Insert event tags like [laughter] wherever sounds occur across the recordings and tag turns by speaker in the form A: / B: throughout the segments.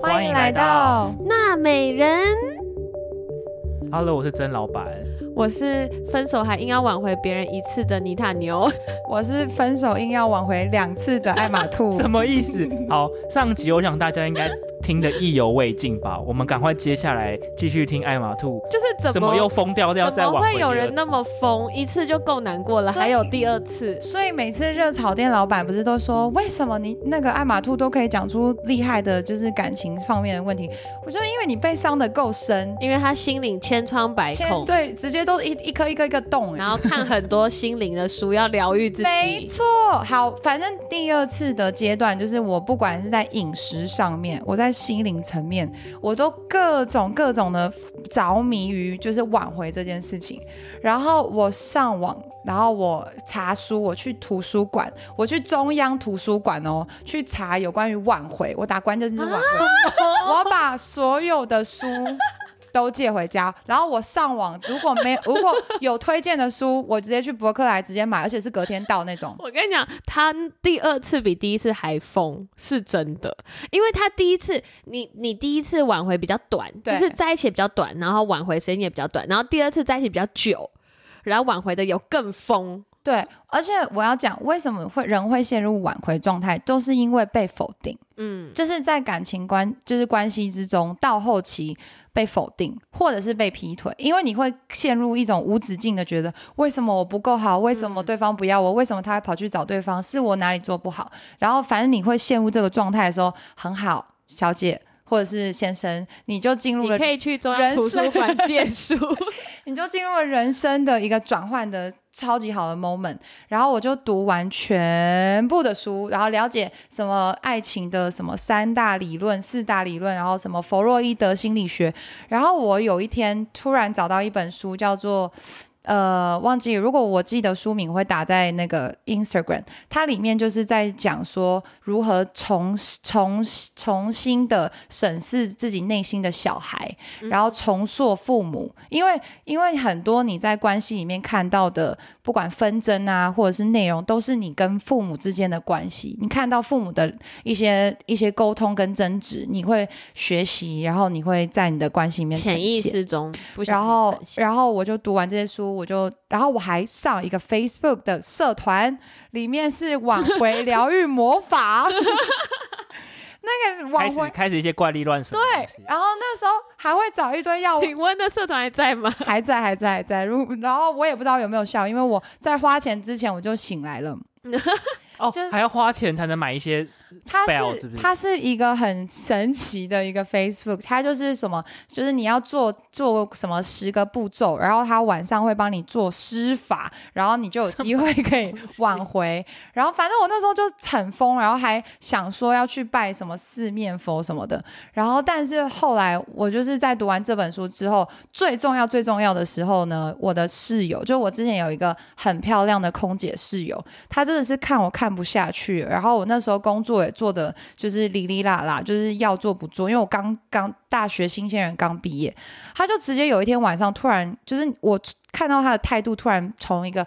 A: 欢迎来到
B: 娜美人。
A: Hello，我是曾老板。
B: 我是分手还硬要挽回别人一次的泥塔牛， [laughs]
C: 我是分手硬要挽回两次的艾
A: [laughs]
C: 玛
B: 哦
C: 兔
A: 什。么意思？
B: [laughs]
A: 好，上集我想大家应该听得意犹未尽吧？我们赶快接下来继续听艾玛兔
B: 就是怎么
A: 怎么又疯掉，要
B: 怎
A: 再
B: 么
A: 挽
B: 会
A: 回
B: 有
A: 第二
B: 人那
A: 次
B: 么疯？一次就够难过了，
C: 对
B: 还有第二次。
C: 所以每次热炒店老板不是都说，为什么你那个艾玛兔都可以讲出厉害的，就是感情方面的问题？我说因为你被伤得够深，
B: 因为他心灵千疮百
C: 千
B: 孔，
C: 对，直接都一一颗一颗一个洞、哎
B: 然后看很多心灵的书，要疗愈自
C: 没
B: 己。
C: 错，好，反正第二次的阶段就是我不管是在饮食上面，我在心灵层面，我都各种各种的着迷于就是挽回这件事情。然后我上网，然后我查书，我去图书馆，我去中央图书馆哦，去查有关于挽回，我打关键字挽回，我把所有的书。都借回家，然后我上网，如果没如果有推荐的书，我直接去博客来直接买，而且是隔天到那种。
B: 我跟你讲，他第二次比第一次还疯，是真的。因为他第一次，你你第一次挽回比较短，就
C: 对
B: 是在一起比较短，然后挽回时间也比较短，然后第二次在一起比较久，然后挽回的有更疯。
C: 对，而且我要讲，为什么会人会陷入挽回状态，都是因为被否定，
B: 嗯，
C: 就是在感情关就是关系之中，到后期被否定，或者是被劈腿，因为你会陷入一种无止境的觉得，为什么我不够好？为
B: 嗯
C: 什么对方不要我？为什么他还跑去找对方？是我哪里做不好？然后反正你会陷入这个状态的时候，很好，小姐或者是先生，你就进入
B: 你
C: 了
B: 可以去中央
C: 人
B: 图书
C: 生
B: 馆借书。
C: 你就进入了人生的一个转换的超级好的 moment。然后我就读完全部的书，然后了解什么爱情的什么三大理论、四大理论，然后什么弗洛伊德心理学。然后我有一天突然找到一本书，叫做。呃，忘记了如果我记得书名，我会打在那个 Instagram。它里面就是在讲说如何重重重新的审视自己内心的小孩，
B: 嗯
C: 然后重塑父母，因为因为很多你在关系里面看到的，不管纷争啊，或者是内容，都是你跟父母之间的关系。你看到父母的一些一些沟通跟争执，你会学习，然后你会在你的关系里面呈
B: 潜意
C: 现。
B: 识中不小
C: 然
B: 心
C: 后
B: 呈，现
C: 然后我就读完这些书，我就，然后我还上一个 Facebook 的社团，里面是挽回疗愈魔法，那个挽
A: 开始
C: 回，
A: 开始一些怪力乱神。
C: 对，，然后那时候还会找一堆
B: [laughs]
C: 药物，
B: 请问的社团还在吗？
C: 还在，还在，还在，如然后我也不知道有没有效，因为我在花钱之前我就醒来了。
A: 哦
C: 就，
A: 还要花钱才能买一些
C: 它
A: spell，
C: 是
A: 是不是？
C: 它是一个很神奇的一个 Facebook，它就是什么，就是你要做做什么十个步骤，然后它晚上会帮你做施法，然后你就有机会可以挽回。然后反正我那时候就很疯，然后还想说要去拜什么四面佛什么的。然后但是后来我就是在读完这本书之后，最重要最重要的时候呢，我的室友，就我之前有一个很漂亮的空姐室友，她真的是看我看不下去，然后我那时候工作也做的就是哩哩啦啦，就是要做不做，因为我刚刚大学新鲜人刚毕业，她就直接有一天晚上突然就是我看到她的态度突然从一个。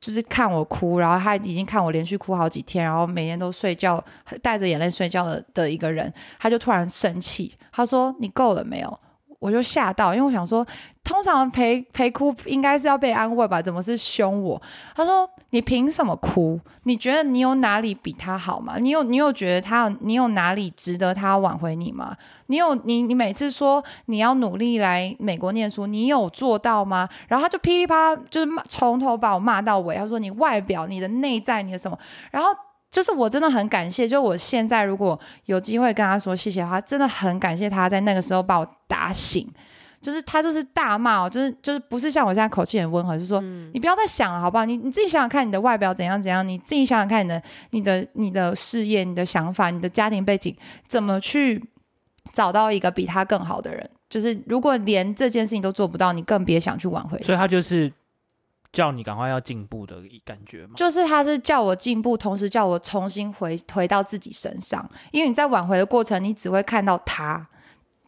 C: 就是看我哭，然后她已经看我连续哭好几天，然后每天都睡觉，带着眼泪睡觉的的一个人，她就突然生气，她说：“你够了没有？”我就吓到，因为我想说，通常陪陪哭应该是要被安慰吧，怎么是凶我？他说：“你凭什么哭？你觉得你有哪里比他好吗？你有你有觉得他有你有哪里值得他挽回你吗？你有你你每次说你要努力来美国念书，你有做到吗？”然后他就噼里啪啦就是骂从头把我骂到尾。他说：“你外表、你的内在、你的什么？”然后。就是我真的很感谢，就我现在如果有机会跟他说谢谢的话，真的很感谢他在那个时候把我打醒。就是他就是大骂哦，就是就是不是像我现在口气很温和，就是说、你不要再想了，好不好？你你自己想想看，你的外表怎样怎样，你自己想想看你的你的你的事业、你的想法、你的家庭背景，怎么去找到一个比他更好的人？就是如果连这件事情都做不到，你更别想去挽回。
A: 所以他就是叫你赶快要进步的感觉嘛。
C: 就是他是叫我进步，同时叫我重新回回到自己身上，因为你在挽回的过程，你只会看到他，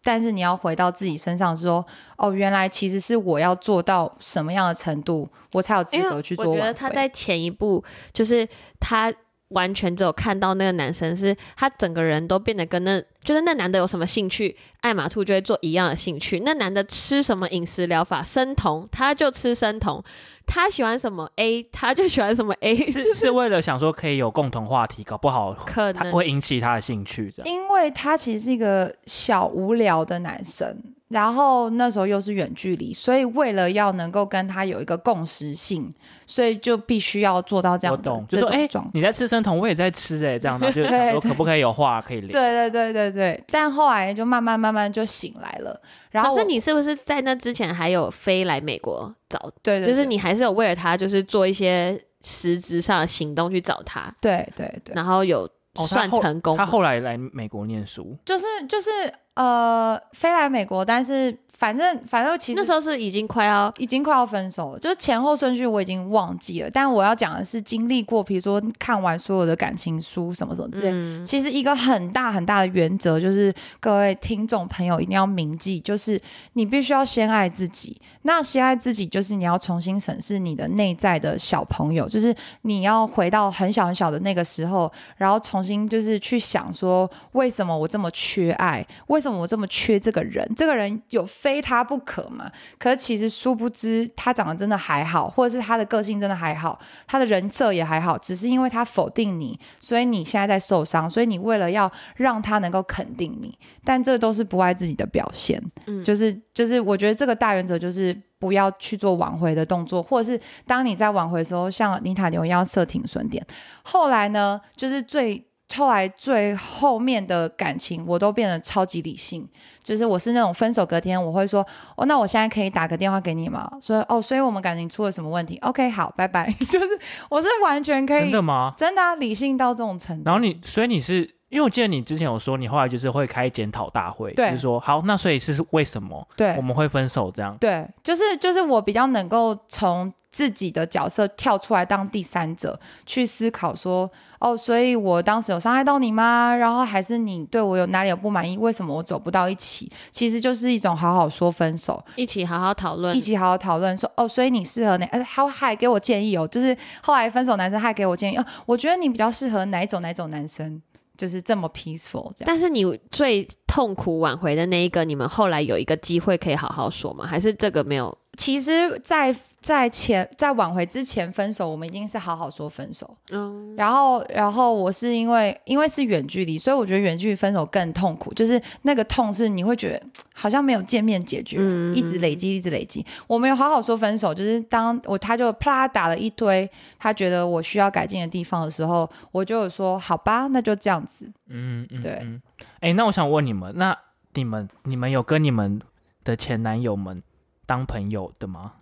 C: 但是你要回到自己身上说，哦，原来其实是我要做到什么样的程度，我才有资
B: 因为
C: 格去做
B: 我觉
C: 挽
B: 得
C: 回。
B: 他在前一步，就是他完全只有看到那个男生是他整个人都变得跟那就是那男的有什么兴趣，爱马兔就会做一样的兴趣。那男的吃什么饮食疗法生酮，他就吃生酮；他喜欢什么 A，他就喜欢什么 A，
A: 是是为了想说可以有共同话题，搞不好
B: 可
A: 他
B: 能
A: 会引起他的兴趣这样。
C: 因为他其实是一个小无聊的男生，然后那时候又是远距离，所以为了要能够跟他有一个共识性，所以就必须要做到这
A: 我
C: 样的
A: 懂，就
C: 这
A: 说哎、
C: 种
A: 诶
C: 状态。
A: 你在吃生酮，我也在吃哎、诶这样，然后就
C: 对
A: 想说
C: 对
A: 可不可以有话可以聊？
C: 对对对对对，但后来就慢慢慢慢就醒来了。然后
B: 可
C: 我
B: 是你是不是在那之前还有飞来美国找？
C: 对对，
B: 就是
C: 对
B: 你还是有为了他，就是做一些实质上的行动去找他，
C: 对对对，
B: 然后有
A: 哦他
B: 算
A: 后
B: 成功吗。
A: 他后来来美国念书，
C: 就是就是呃，飞来美国，但是反正反正其实
B: 那时候是已经快要
C: 已经快要分手了，就是前后顺序我已经忘记了。但我要讲的是，经历过，比如说看完所有的感情书什么什么之类。
B: 嗯，
C: 其实一个很大很大的原则就是，各位听众朋友一定要铭记，就是你必须要先爱自己。那先爱自己，就是你要重新审视你的内在的小朋友，就是你要回到很小很小的那个时候，然后重新就是去想说，为什么我这么缺爱？为什么我这么缺这个人？这个人有非他不可吗？可是其实殊不知，他长得真的还好，或者是他的个性真的还好，他的人设也还好，只是因为他否定你，所以你现在在受伤，所以你为了要让他能够肯定你，但这都是不爱自己的表现。
B: 嗯
C: 就是就是，我觉得这个大原则就是。不要去做挽回的动作，或者是当你在挽回的时候，像妮塔牛一样设停损点。后来呢，就是最后来最后面的感情，我都变得超级理性，就是我是那种分手隔天我会说，哦，那我现在可以打个电话给你吗？说哦，所以我们感情出了什么问题？OK，好，拜拜。 [laughs] 就是我是完全可以
A: 真的吗？
C: 真的啊、理性到这种程度。
A: 然后你，所以你是因为我记得你之前有说，你后来就是会开检讨大会，
C: 对
A: 就是说好，那所以是为什么
C: 对
A: 我们会分手这样？
C: 对，就是就是我比较能够从自己的角色跳出来当第三者去思考说，哦，所以我当时有伤害到你吗？然后还是你对我有哪里有不满意？为什么我走不到一起？其实就是一种好好说分手，
B: 一起好好讨论
C: 一。起好好讨论说哦，所以你适合哪？呃，他还给我建议哦，就是后来分手男生还给我建议哦，我觉得你比较适合哪一种哪一种男生，就是这么 peaceful 这样。
B: 但是你最痛苦挽回的那一个，你们后来有一个机会可以好好说吗？还是这个没有？
C: 其实在，在前在挽回之前分手，我们一定是好好说分手。
B: 嗯，
C: 然后，然后我是因为因为是远距离，所以我觉得远距离分手更痛苦，就是那个痛是你会觉得嘖好像没有见面解决，
B: 嗯
C: 一直累积，一直累积。我没有好好说分手，就是当我他就啪啦打了一堆，他觉得我需要改进的地方的时候，我就有说好吧，那就这样子。
A: 嗯嗯，
C: 对
A: 嗯。哎、那我想问你们，那你们你们有跟你们的前男友们当朋友的吗？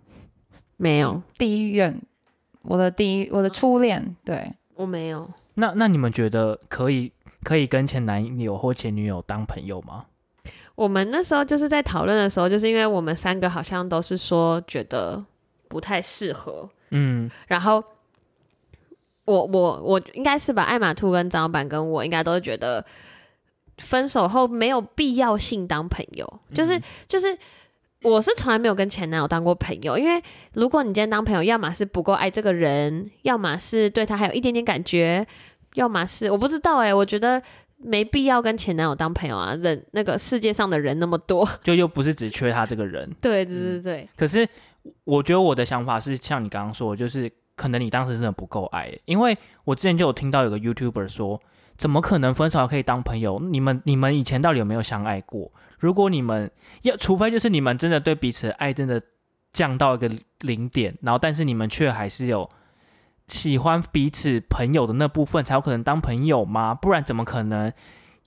B: 没有，
C: 第一任，我的第一，我的初恋，对，
B: 我没有。
A: 那那你们觉得可以可以跟前男友或前女友当朋友吗？
B: 我们那时候就是在讨论的时候，就是因为我们三个好像都是说觉得不太适合，
A: 嗯，
B: 然后我我我应该是吧，艾玛兔跟张老板跟我应该都是觉得分手后没有必要性当朋友，就是、就是。我是从来没有跟前男友当过朋友，因为如果你今天当朋友，要么是不够爱这个人，要么是对他还有一点点感觉，要么是我不知道哎、我觉得没必要跟前男友当朋友啊，人那个世界上的人那么多， [laughs]
A: 就又不是只缺他这个人。
B: 对对对对，
A: 可是我觉得我的想法是像你刚刚说的，就是可能你当时真的不够爱，因为我之前就有听到有个 YouTuber 说，怎么可能分手还可以当朋友？你们你们以前到底有没有相爱过？如果你们要，除非就是你们真的对彼此的爱真的降到一个零点，然后但是你们却还是有喜欢彼此朋友的那部分，才有可能当朋友吗？不然怎么可能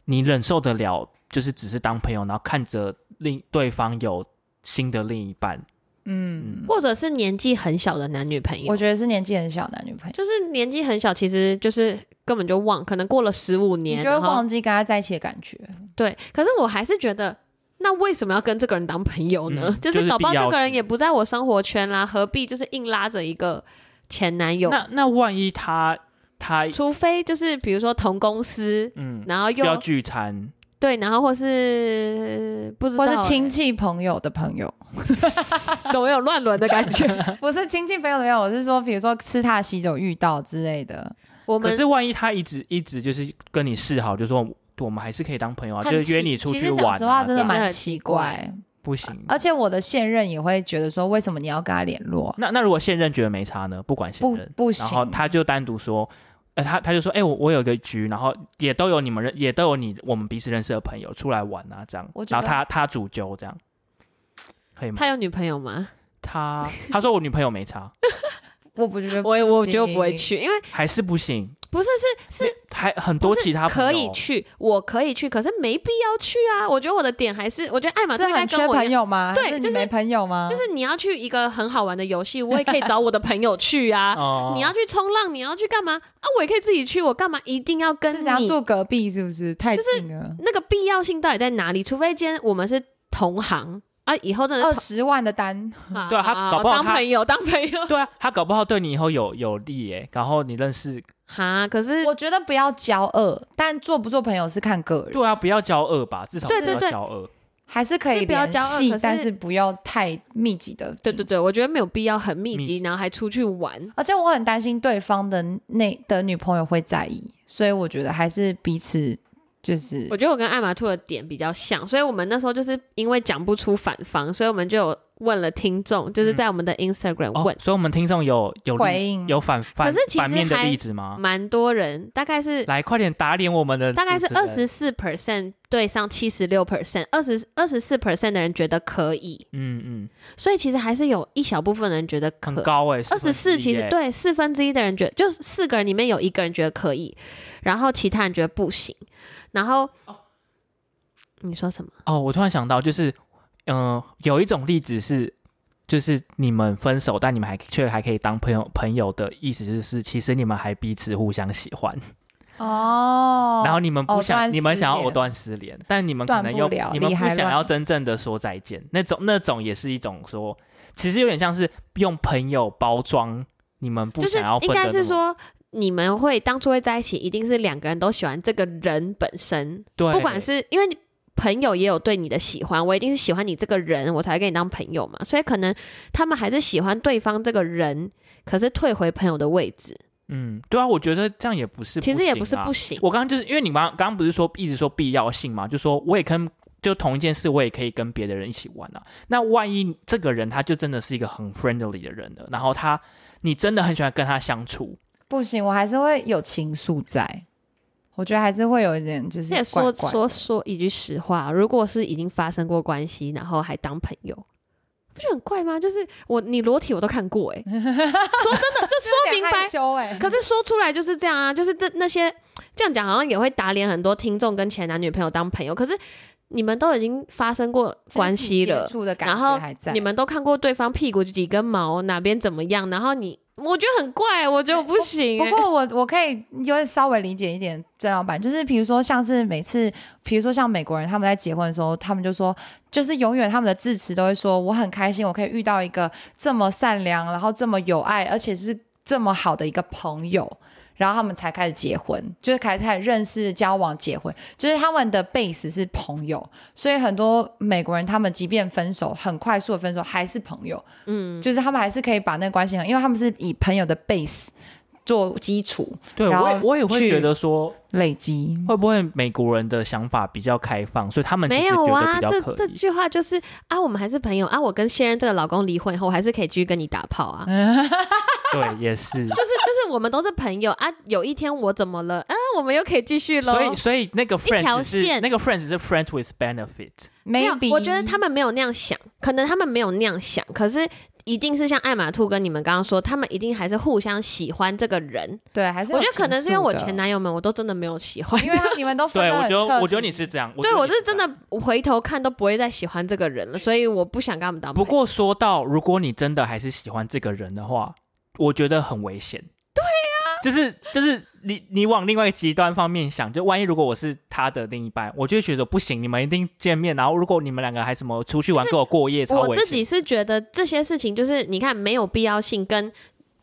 A: 你忍受得了？就是只是当朋友，然后看着另对方有新的另一半，
C: 嗯，
B: 或者是年纪很小的男女朋友，
C: 我觉得是年纪很小的男女朋友，
B: 就是年纪很小，其实就是根本就忘，可能过了十五
C: 你
B: 年，
C: 就会
B: 然后
C: 忘记跟他在一起的感觉。
B: 对。可是我还是觉得，那为什么要跟这个人当朋友呢？
A: 嗯
B: 就是搞不好
A: 就是必要
B: 这个人也不在我生活圈啦，何必就是硬拉着一个前男友？
A: 那那万一他他
B: 除非就是比如说同公司，
A: 嗯
B: 然后
A: 就
B: 又
A: 要聚餐，
B: 对，然后或是不知道、啊
C: 或是亲戚朋友的朋
B: [laughs]
C: 友，
B: 欸，总有乱伦的感觉。
C: 不是亲戚朋友的朋友，我是说，比如说吃他喜酒遇到之类的，
B: [laughs] 我
A: 可
B: 们
A: 是万一他一直一直就是跟你示好，就说我们还是可以当朋友啊，
C: 很
A: 就是
C: 奇
A: 约你出
C: 其
A: 去
C: 实
A: 玩、
C: 讲
A: 啊。
C: 实话，真的
A: 这样
B: 这
C: 蛮呃
B: 样
C: 奇怪。
B: 嗯
A: 不行。
C: 而且我的现任也会觉得说，为什么你要跟他联络？
A: 那那如果现任觉得没差呢？不管现
C: 不
A: 任，
C: 不
A: 然后
C: 行，
A: 他就单独说，呃，他他就说，哎、我我有一个局，然后也都有你们认，也都有你我们彼此认识的朋友出来玩啊，这样
C: 我。觉
A: 然
C: 得
A: 后他他主揪这样，可以吗？
B: 他有女朋友吗？
A: 他他说我女朋友没差，
C: 我不觉得，
B: 我也我就不会。去，因为
A: 还是不行，
B: 不是是
A: 还很多
B: 不是
A: 其他朋友
B: 可以去，我可以去，可是没必要去啊。我觉得我的点还是，我觉得艾玛
C: 是
B: 应该
C: 很
B: 跟
C: 缺
B: 我一
C: 朋
B: 样，
C: 友吗？
B: 对
C: 还是
B: 就
C: 你
B: 是
C: 没朋友吗？
B: 就是你要去一个很好玩的游戏，我也可以找我的朋友去啊。
A: 哦
B: 你要去冲浪，你要去干嘛啊？我也可以自己去，我干嘛一定要跟
C: 是
B: 你
C: 这样住隔壁是不是太近了？
B: 那个必要性到底在哪里？除非今天我们是同行啊，以后真的
C: 二
B: 是
C: 十万的单，
B: 同啊
A: 对啊他搞不好
B: 当
A: 他
B: 朋友当朋友 [laughs]
A: 对啊，他搞不好对你以后有有利耶、然后你认识，
B: 哈。可是
C: 我觉得不要骄傲，但做不做朋友是看个人，
A: 对啊，不要骄恶吧，至少
B: 对
A: 不
B: 对
A: 要
B: 对
A: 骄恶。
C: 还是可以
B: 是不要
C: 联
B: 骄傲
C: 系
B: 可是
C: 但是不要太密集的。
B: 对对对，我觉得没有必要很密
A: 密
B: 集，然后还出去玩。
C: 而且我很担心对方的那的女朋友会在意，所以我觉得还是彼此就是
B: 我觉得我跟艾玛兔的点比较像，所以我们那时候就是因为讲不出反方，所以我们就有问了听众，就是
A: 嗯
B: 在我们的 Instagram
A: 哦
B: 问，，
A: 所以我们听众有有
C: 回
A: 例
C: 应
A: 有反反
B: 可是其实
A: 反面的
B: 还
A: 例子吗？
B: 蛮多人，大概是
A: 来，快点打脸我们的主
B: 大
A: 持
B: 概
A: 人，
B: 是二十四 percent 对上七十六 percent，二十二十四 percent 的人觉得可以，
A: 嗯嗯，
B: 所以其实还是有一小部分人觉得可
A: 很高哎、
B: 二十四
A: 14
B: 其实
A: 耶，
B: 对四分之一的人觉得，就是四个人里面有一个人觉得可以，然后其他人觉得不行。然后、你说什么？
A: 哦，我突然想到，就是嗯、呃有一种例子是，就是你们分手，但你们还却还可以当朋友，朋友的意思就是，其实你们还彼此互相喜欢，
C: 哦
A: 然后你们不
C: 藕
A: 想，
C: 断
A: 你们
C: 丝
A: 想要
C: 连
A: 藕断丝连，但你们可
C: 断
A: 能
C: 不
A: 又
C: 了
A: 你们
C: 理
A: 不
C: 还
A: 想
C: 乱
A: 要真正的说再见，那种那种也是一种说，其实有点像是用朋友包装你们不
B: 就是
A: 想要分
B: 应
A: 的那
B: 该
A: 么，
B: 是说，你们会当初会在一起，一定是两个人都喜欢这个人本身，
A: 对，
B: 不管是因为你朋友也有对你的喜欢，我一定是喜欢你这个人，我才会跟你当朋友嘛。所以可能他们还是喜欢对方这个人，可是退回朋友的位置，
A: 嗯，对啊，我觉得这样也不是，
B: 其实也不是
A: 行啊
B: 不行。
A: 我刚刚就是因为你刚刚刚不是说一直说必要性嘛，就说我也跟就同一件事，我也可以跟别的人一起玩啊。那万一这个人他就真的是一个很 friendly 的人了，然后他你真的很喜欢跟他相处，
C: 不行，我还是会有情愫在，我觉得还是会有一点就是
B: 这也
C: 怪
B: 说
C: 怪
B: 说说一句实话，如果是已经发生过关系，然后还当朋友，不觉得很怪吗？就是我你裸体我都看过哎、欸说真的就说明白，
C: 羞 [laughs] 哎、
B: 可是说出来就是这样啊，就是这那些这样讲好像也会打脸很多听众跟前男女朋友当朋友，可是你们都已经发生过关系了，
C: 的感
B: 然后
C: 觉还在。
B: 你们都看过对方屁股几根毛哪边怎么样，然后你我觉得很怪，我觉得我不行、
C: 不
B: 欸，
C: 过我我可以有点稍微理解一点郑老板，就是比如说像是每次，比如说像美国人他们在结婚的时候，他们就说，就是永远他们的致辞都会说我很开心，我可以遇到一个这么善良，然后这么有爱，而且是这么好的一个朋友。然后他们才开始结婚，就是开始开始认识、交往、结婚，就是他们的 base 是朋友，所以很多美国人他们即便分手，很快速的分手还是朋友，
B: 嗯，
C: 就是他们还是可以把那个关系很，因为他们是以朋友的 base 做基础
A: 对
C: 然
A: 我
C: 后
A: 也我也会
C: 去
A: 觉得说，
C: 累
B: 嗯
C: 积。
A: 会不会美国人的想法比较开放，所以他们其
B: 没
A: 实觉
B: 有
A: 得
B: 啊，
A: 比较
B: 这
A: 可
B: 这
A: 以。
B: 句话就是啊，我们还是朋友啊。我跟现任这个老公离婚以后，我还是可以继续跟你打炮啊。
A: 对，也
B: [laughs]
A: 是。
B: 就是就是，我们都是朋友啊。有一天我怎么了啊，我们又可以继续喽。
A: 所以，所以那个
B: 条
A: friends 是
B: 线
A: 那个 friends 是 friend with benefit，
B: [laughs] 没
C: 没
B: 有，我觉得他们没有那样想，可能他们没有那样想，可是一定是像艾玛兔跟你们刚刚说，他们一定还是互相喜欢这个人。
C: 对，还是
B: 我觉得可能是因为我前
C: 男，
B: 男友们，我都真的没有喜欢。
C: 因为他你们都分
A: 对
C: 得
A: 我
C: 很
A: 觉得
C: 彻
A: 我觉得
C: 底
A: 你是这样，
B: 对
A: 觉得
B: 我
A: 你
B: 是真的回头看都不会再喜欢这个人了，所以我不想跟他们当朋
A: 不
B: 友。
A: 过说到，如果你真的还是喜欢这个人的话，我觉得很危险。对呀、就是就是你你往另外一个极端方面想，就万一如果我是他的另一半，我就会觉得不行，你们一定见面，然后如果你们两个还什么出去玩，
B: 就是
A: 跟我过夜，超
B: 我
A: 危
B: 自己
A: 险。
B: 是觉得这些事情就是你看没有必要性跟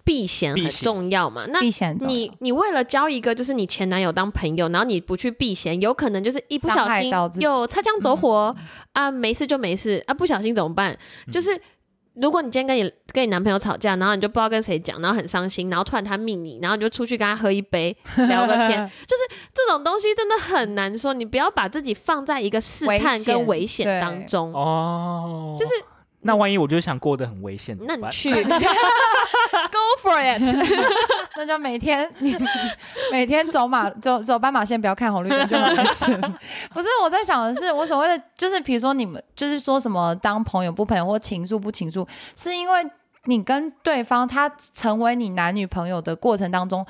B: 避嫌
A: 避
B: 很
A: 嫌
B: 重要嘛。那
C: 避嫌重要
B: 你你为了交一个就是你前男友当朋友，然后你不去避嫌，有可能就是一不
C: 伤
B: 小
C: 害
B: 心
C: 到自己嗯嗯
B: 又擦枪走火、啊，没事就没事啊，不小心怎么办？就是。如果你今天跟你跟你男朋友吵架，然后你就不知道跟谁讲，然后很伤心，然后突然他命你，然后你就出去跟他喝一杯聊个
C: [laughs]
B: 天，就是这种东西真的很难说。你不要把自己放在一个试
C: 危
B: 探跟
C: 险
B: 危险
C: 对
B: 当中，
A: 哦，
B: 嗯就是嗯
A: 那万一我就想过得很危险，
B: 那你
A: 怎么办
C: [laughs]
B: 去，Go for [laughs] it，
C: [laughs] 那就每天你 [laughs] 每天走马走走斑马线，不要看红绿灯就很危险。不是我在想的是，我所谓的就是，比如说你们就是说什么当朋友不朋友或情愫不情愫，是因为你跟对方他成为你男女朋友的过程当中。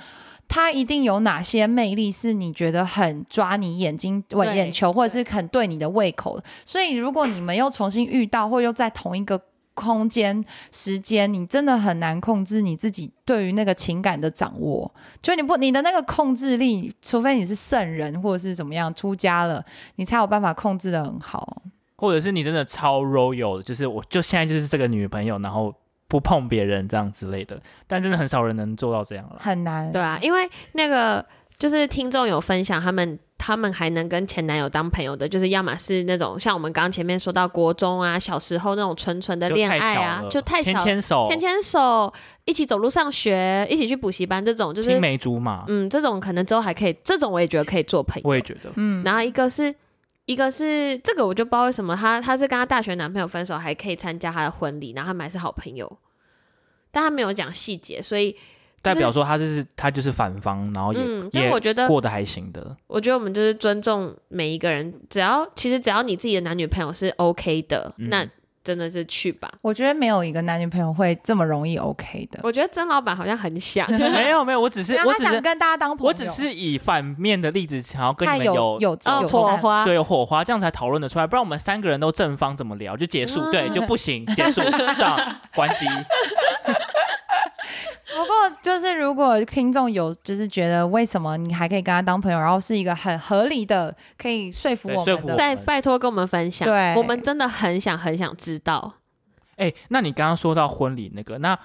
C: 他一定有哪些魅力是你觉得很抓你眼睛、我
B: 对
C: 眼球，或者是很对你的胃口的？所以，如果你们又重新遇到，或又在同一个空间、时间，你真的很难控制你自己对于那个情感的掌握。就你不你的那个控制力，除非你是圣人或者是怎么样出家了，你才有办法控制的很好。
A: 或者是你真的超 royal，的就是我就现在就是这个女朋友，然后不碰别人这样之类的，但真的很少人能做到这样了。
C: 很难。
B: 对啊，因为那个就是听众有分享他们。他们还能跟前男友当朋友的，就是要么是那种像我们刚刚前面说到国中啊、小时候那种纯纯的
A: 就
B: 恋
A: 太
B: 爱
A: 小
B: 啊，
A: 了
B: 就太小
A: 牵牵手，
B: 牵牵手，一起走路上学，一起去补习班，这种就是
A: 青，梅竹马，
B: 嗯，这种可能之后还可以，这种我也觉得可以做朋友。
A: 啊我也觉得。
C: 嗯，
B: 然后一个是，一个是这个我就不知道为什么她她是跟她大学男朋友分手，还可以参加她的婚礼，然后他们还是好朋友，但她没有讲细节，所以
A: 代表说他就是他就是反方，哦然后也、
B: 嗯，但我
A: 也
B: 觉得
A: 过得还行的。 [laughs]
B: 我觉得我们就是尊重每一个人，只要其实只要你自己的男女朋友是 OK 的，
A: 嗯
B: 那真的是去吧。
C: 我觉得没有一个男女朋友会这么容易 OK 的。
B: 我觉得曾老板好像很
C: [laughs]
B: 想，
A: 没有没有，我只是
C: 对啊
A: 我
C: 他
A: 只是
C: 想跟大家当朋友，
A: 我只是以反面的例子，想要跟
C: 他
A: 你们有
C: 有有
B: 哦，
C: 有
B: 火
C: 啊
B: 花，
A: 对有火花，这样才讨论得出来。不然我们三个人都正方怎么聊就结束，
B: 嗯
A: 对就不行，结
C: [laughs]
A: 束，这样关机。
C: 不过，就是如果听众有就是觉得为什么你还可以跟他当朋友，然后是一个很合理的可以说服
A: 对
C: 我
A: 说
C: 们
A: 服
C: 的
A: 我
B: 拜
A: 们
B: 拜托跟我们分享，
C: 对
B: 我们真的很想很想知道。
A: 哎、那你刚刚说到婚礼那个，那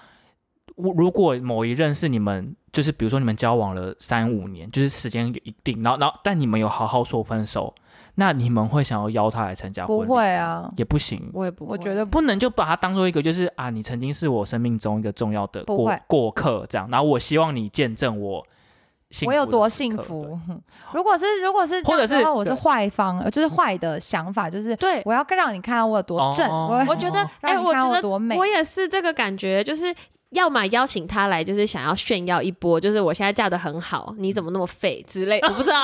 A: 我如果某一任是你们，就是比如说你们交往了三五年，就是时间有一定，然后然后但你们有好好说分手，那你们会想要邀他来参加婚
C: 不
A: 礼？
C: 会，啊，
A: 也不行。
B: 我也不会，
C: 我觉得
A: 不能就把它当做一个就是啊，你曾经是我生命中一个重要的
C: 不
A: 过
C: 会
A: 过客这样，然后我希望你见证我幸福
C: 我有
A: 的
C: 多
A: 时
C: 幸
A: 刻
C: 福。如果是如果是这
A: 或
C: 样
A: 者
C: 的
A: 是
C: 话，我是
A: 对
C: 坏方，呃就是坏的想法，就是
B: 对。
C: 我要更让你看到我有多
A: 哦
C: 正，我
B: 我觉得
A: 哦，
B: 哎、
C: 让你
B: 我
C: 看
B: 觉
C: 我
B: 得
C: 多美
B: 我。也是这个感觉，就是要么邀请他来，就是想要炫耀一波，就是我现在嫁的很好，你怎么那么废之类， [laughs] 我不知道。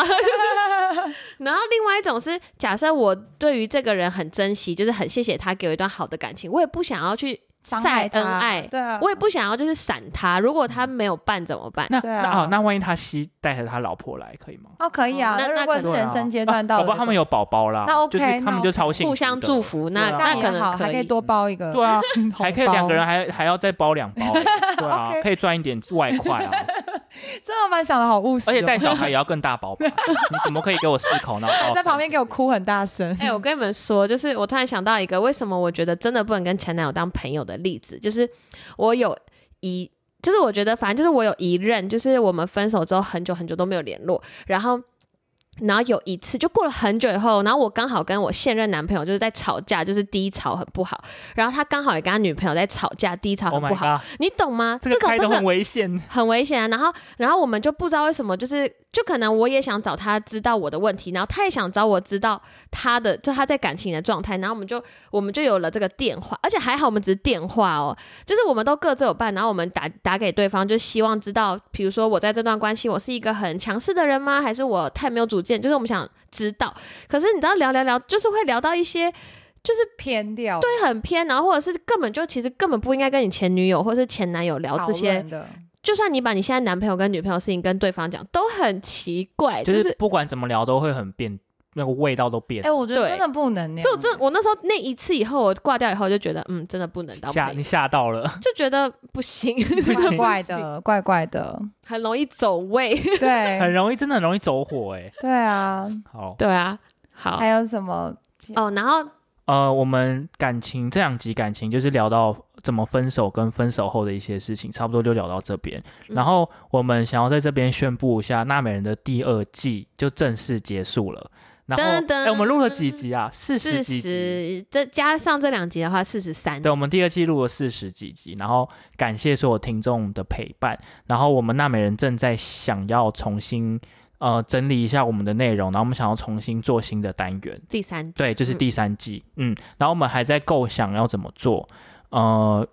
B: 然后另外一种是，假设我对于这个人很珍惜，就是很谢谢他给我一段好的感情，我也不想要去
C: 伤
B: 晒
C: 害他
B: 恩爱，
C: 对啊，
B: 我也不想要就是闪他。如果他没有办怎么办？
A: 那
C: 对
A: 那
C: 啊
A: 哦，那万一他吸带着他老婆来可以吗？
C: 哦可以
B: 哦
C: 啊。
B: 那
C: 那
B: 那
C: 如果
B: 可
C: 是
A: 对啊
C: 人生阶段到
A: 搞
C: 了这
A: 不
C: 个，
A: 好他们有宝宝啦，
C: 那 OK，
A: 就是他们就超幸福，
B: 互相祝。福，那
A: 对啊
B: 那
C: 这
B: 可
C: 样也
B: 能
C: 好，还可以
B: 以。
C: 多包一个，
A: 对
C: [laughs]
A: 啊， [laughs]
C: 嗯
A: 还可以
C: 红包
A: 两个人还还要再包两
C: [laughs]
A: 包欸，对啊，
C: OK
A: 可以赚一点外快
C: [laughs]
A: 啊，
C: [laughs] 真的蛮想的好务实哦，
A: 而且带小孩也要更大包吧？你怎么可以给我四口呢？然后
C: [laughs] 在旁边给我哭很大声。
B: [laughs] 哎、我跟你们说，就是我突然想到一个，为什么我觉得真的不能跟前男友当朋友的例子，就是我有一，就是我觉得反正就是我有一任，就是我们分手之后很久很久都没有联络，然后。然后有一次，就过了很久以后，然后我刚好跟我现任男朋友就是在吵架，就是低潮很不好，然后他刚好也跟他女朋友在吵架，低潮很
A: Oh
B: 不好
A: my god，
B: 你懂吗？
A: 这个
B: 种
A: 开
B: 真
A: 头
B: 的
A: 很危险，
C: 哎
B: 很危险、啊。然后，然后我们就不知道为什么，就是就可能我也想找他知道我的问题，然后他也想找我知道他的，就他在感情的状态。然后我们就我们就有了这个电话，而且还好我们只是电话哦，就是我们都各自有伴，然后我们打打给对方，就希望知道，比如说我在这段关系，我是一个很强势的人吗？还是我太没有主见？就是我们想知道。可是你知道聊聊聊，就是会聊到一些。
C: 偏掉
B: 会很偏，然后或者是根本就其实根本不应该跟你前女友或是前男友聊
C: 讨
B: 这些
C: 论的，
B: 就算你把你现在男朋友跟女朋友的事情跟对方讲，都很奇
A: [laughs]
B: 怪，
A: 就
B: 就是
A: 是。不管怎么聊都会很变，那个味道都变
C: 哎、。我觉得
B: 对
C: 真的不能那样。
B: 欸所以我真我那时候那一次以后，我挂掉以后就觉得，嗯，真的不能当
A: 吓
B: 朋
A: 你
B: 友，
A: 吓到了，
B: 就觉得不行， [laughs]
C: 怪怪的， [laughs] 怪怪的，
B: 很容易走位。
A: 很
C: 对
A: 容易，真的很容易走火哎。
C: 对啊。
A: 好，
B: 对啊，好
C: 还有什么？
B: 哦，然后
A: 呃，我们感情这两集感情就是聊到怎么分手跟分手后的一些事情，差不多就聊到这边。
B: 嗯
A: 然后我们想要在这边宣布一下，《娜美人》的第二季就正式结束了。然后
B: 噔噔
A: 哎，我们录了几集啊？四十
B: 四
A: 几集。
B: 十，这加上这两集的话，四十三。
A: 对，我们第二季录了四十几集，然后感谢所有听众的陪伴。然后我们娜美人正在想要重新呃整理一下我们的内容，然后我们想要重新做新的单元。
B: 第三集，
A: 对，这是
B: 嗯
A: 第三季，嗯然后我们还在构想要怎么做，呃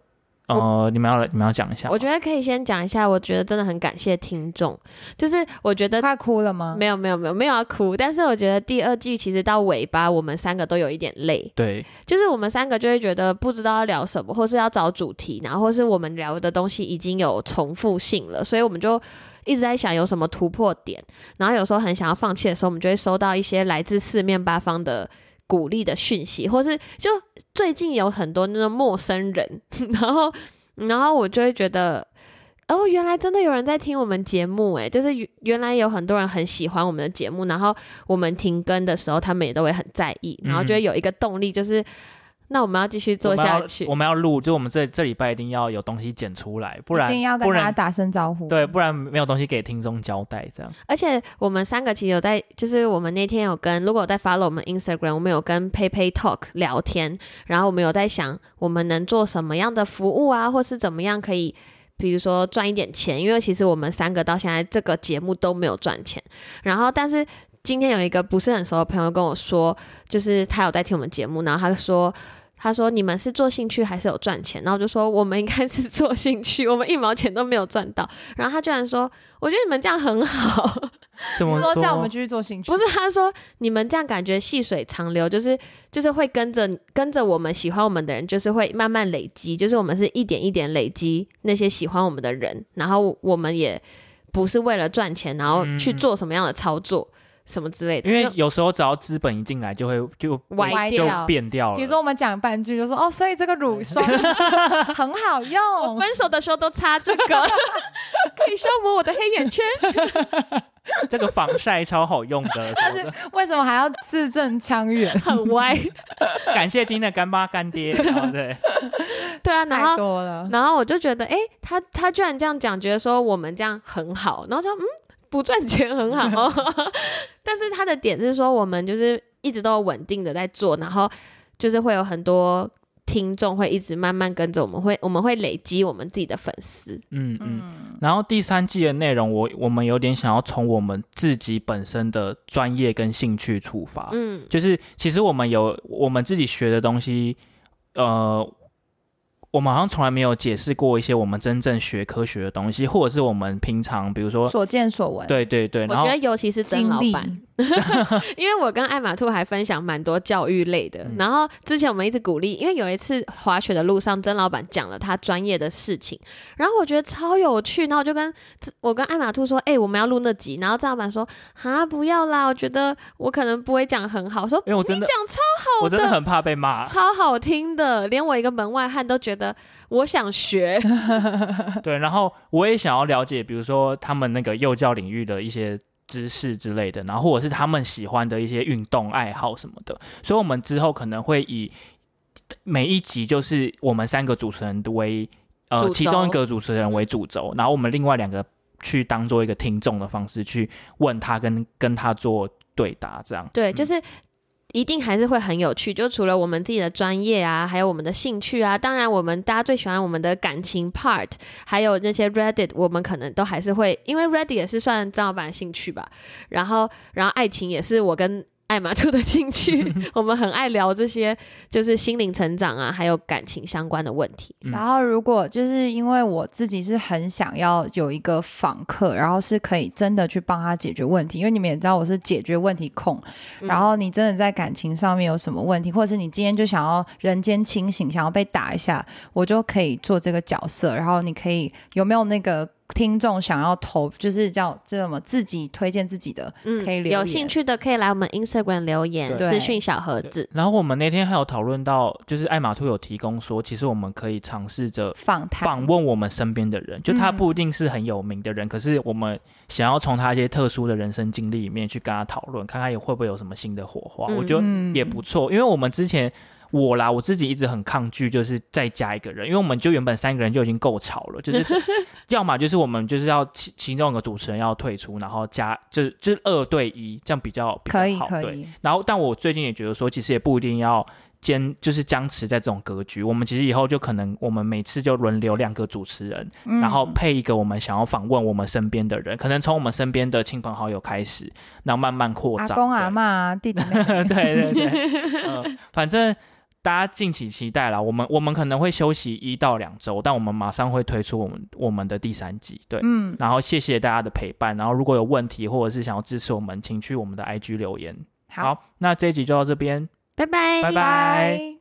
A: 呃，你们要来，你们要讲一下吗，
B: 我觉得可以先讲一下，我觉得真的很感谢听众，就是我觉得
C: 快哭了吗？
B: 没有没有没有没有要哭，但是我觉得第二季其实到尾巴，我们三个都有一点累，
A: 对
B: 就是我们三个就会觉得不知道要聊什么，或是要找主题，然后或是我们聊的东西已经有重复性了，所以我们就一直在想有什么突破点，然后有时候很想要放弃的时候，我们就会收到一些来自四面八方的。鼓励的讯息，或是就最近有很多那种陌生人，然后 [laughs] 然后我就会觉得，哦，原来真的有人在听我们节目，诶，就是原原来有很多人很喜欢我们的节目，然后我们停更的时候，他们也都会很在意，然后就会有一个动力，就是、那我们要继续做下去
A: 我。们要我们要录，就我们这这礼拜一定要有东西剪出来，不然
C: 一定要跟
A: 不
C: 大家
A: 然
C: 打声招呼。
A: 对，不然没有东西给听众交代，这样
B: 而且我们三个其实有在，就是我们那天有跟，如果有在 follow 我们 Instagram，我们有跟 PayPay Talk 聊天，然后我们有在想我们能做什么样的服务啊，或是怎么样可以。比如说赚一点钱，因为其实我们三个到现在这个节目都没有赚钱。然后，但是今天有一个不是很熟的朋友跟我说，就是他有在听我们节目，然后他说，他说你们是做兴趣还是有赚钱？然后我就说我们应该是做兴趣，我们一毛钱都没有赚到。然后他居然说，我觉得你们这样很好。 [laughs]
A: 这
C: 你
A: 么
C: 说叫我们继续做兴趣，
B: 不是，他说你们这样感觉细水长流，就是就是会跟着跟着我们喜欢我们的人，就是会慢慢累积，就是我们是一点一点累积那些喜欢我们的人，然后我们也不是为了赚钱，然后去做什么样的操作、什么之类
A: 嗯
B: 的，
A: 因为
B: 就
A: 有时候只要资本一进来，就会就
B: 歪
C: 歪
A: 就
B: 掉。
C: 掉
A: 变掉了。
C: 比如说我们讲半句就说哦，所以这个
A: [laughs]
C: 乳霜很好
B: 我
A: 哦
C: 用，
B: 分手的时候都擦
A: [laughs]
B: 这个，可以消磨我的黑眼圈。
A: 这个防晒超好用
C: [laughs]
A: 的，什么的
C: 为什么还要字正腔圆？
B: 很歪，
A: 感谢今天的干妈干爹，然后对，
B: 对啊， [laughs] 然后
C: 太多
A: 嗯
C: 了。
B: 然后我就觉得，哎、他他居然这样讲，觉得说我们这样很好，然后就嗯，不赚钱很好 [laughs] 哦。但是他的点是说，我们就是一直都有稳定的在做，然后就是会有很多听众会一直慢慢跟着我们，会我们会累积我们自己的粉丝。
A: 嗯嗯。
C: 嗯，
A: 然后第三季的内容，我我们有点想要从我们自己本身的专业跟兴趣出发，
B: 嗯，
A: 就是其实我们有我们自己学的东西，呃，我们好像从来没有解释过一些我们真正学科学的东西，或者是我们平常比如说，
C: 所见所闻，
A: 对对对，
B: 我
A: 然
B: 觉
A: 后
B: 得尤其是曾
C: 经
B: 老
C: 历
B: 板，因为我跟艾玛兔还分享蛮多教育类的
A: 嗯，
B: 然后之前我们一直鼓励，因为有一次滑雪的路上，曾老板讲了他专业的事情，然后我觉得超有趣，然后我就跟我跟艾玛兔说，哎、我们要录那集，然后曾老板说，啊，不要啦，我觉得我可能不会讲很好，我说
A: 因为我真
B: 你
A: 的
B: 讲超
A: 我真的
B: 的
A: 很怕被
B: [laughs]
A: 骂，
B: 超好听的，连我一个门外汉都觉得我想学， [laughs]
A: 对，然后我也想要了解，比如说他们那个幼教领域的一些知识之类的，然后或者是他们喜欢的一些运动爱好什么的，所以我们之后可能会以每一集就是我们三个主持人为呃
B: 主
A: 其中一
B: 轴
A: 个主持人为主轴，然后我们另外两个去当做一个听众的方式去问他跟跟他做对答，这样
C: 嗯
A: 嗯
B: 对，就是一定还是会很有趣。就除了我们自己的专业啊，还有我们的兴趣啊，当然我们大家最喜欢我们的感情 part，还有那些 Reddit，我们可能都还是会，因为 Reddit 也是算张老板的兴趣吧。然后，然后爱情也是我跟。艾玛兔的
C: [laughs]
B: 兴趣，我们很爱聊这些，就是心灵成长啊，还有感情相关的问题。
A: 嗯
C: 然后，如果就是因为我自己是很想要有一个访客，然后是可以真的去帮他解决问题，因为你们也知道我是解决问题控。
B: 嗯
C: 然后你真的在感情上面有什么问题，或者是你今天就想要人间清醒，想要被打一下，我就可以做这个角色。然后你可以有没有那个听众想要投，就是叫这什么自己推荐自己的？
B: 嗯
C: 可以留
B: 有
C: 言
B: 兴趣的可以来我们 Instagram 留言，
C: 对
B: 私讯小盒子。
A: 然后我们那天还有讨论到，就是艾玛兔有提供说，其实我们可以尝试着
C: 访谈
A: 访问我们身边的人，就
C: 嗯
A: 他不一定是很有名的人，可是我们想要从他一些特殊的人生经历里面去跟他讨论，看看有会不会有什么新的火花，
B: 嗯
A: 我觉得
C: 嗯
A: 也不错。因为我们之前我啦，我自己一直很抗拒，就是再加一个人，因为我们就原本三个人就已经够吵了，
C: [laughs]
A: 就是要么就是我们就是要其其中有个主持人要退出，然后加就是就是二对一，这样比较比较
C: 可以
A: 好
C: 可
A: 对。
C: 以，
A: 然后，但我最近也觉得说，其实也不一定要坚，就是僵持在这种格局。我们其实以后就可能，我们每次就轮流两个主持人，
C: 嗯
A: 然后配一个我们想要访问我们身边的人，可能从我们身边的亲朋好友开始，然后慢慢扩
C: 阿
A: 张。
C: 公
A: 对
C: 阿嬷啊弟弟妹妹
A: [laughs] 对对对，嗯，反正大家敬请期待啦。我们我们可能会休息一到两周，但我们马上会推出我们我们的第三季。对，
C: 嗯，
A: 然后谢谢大家的陪伴。然后如果有问题或者是想要支持我们，请去我们的 IG 留言。
C: 好，
A: 那这一集就到这边，
B: 拜拜
A: 拜拜。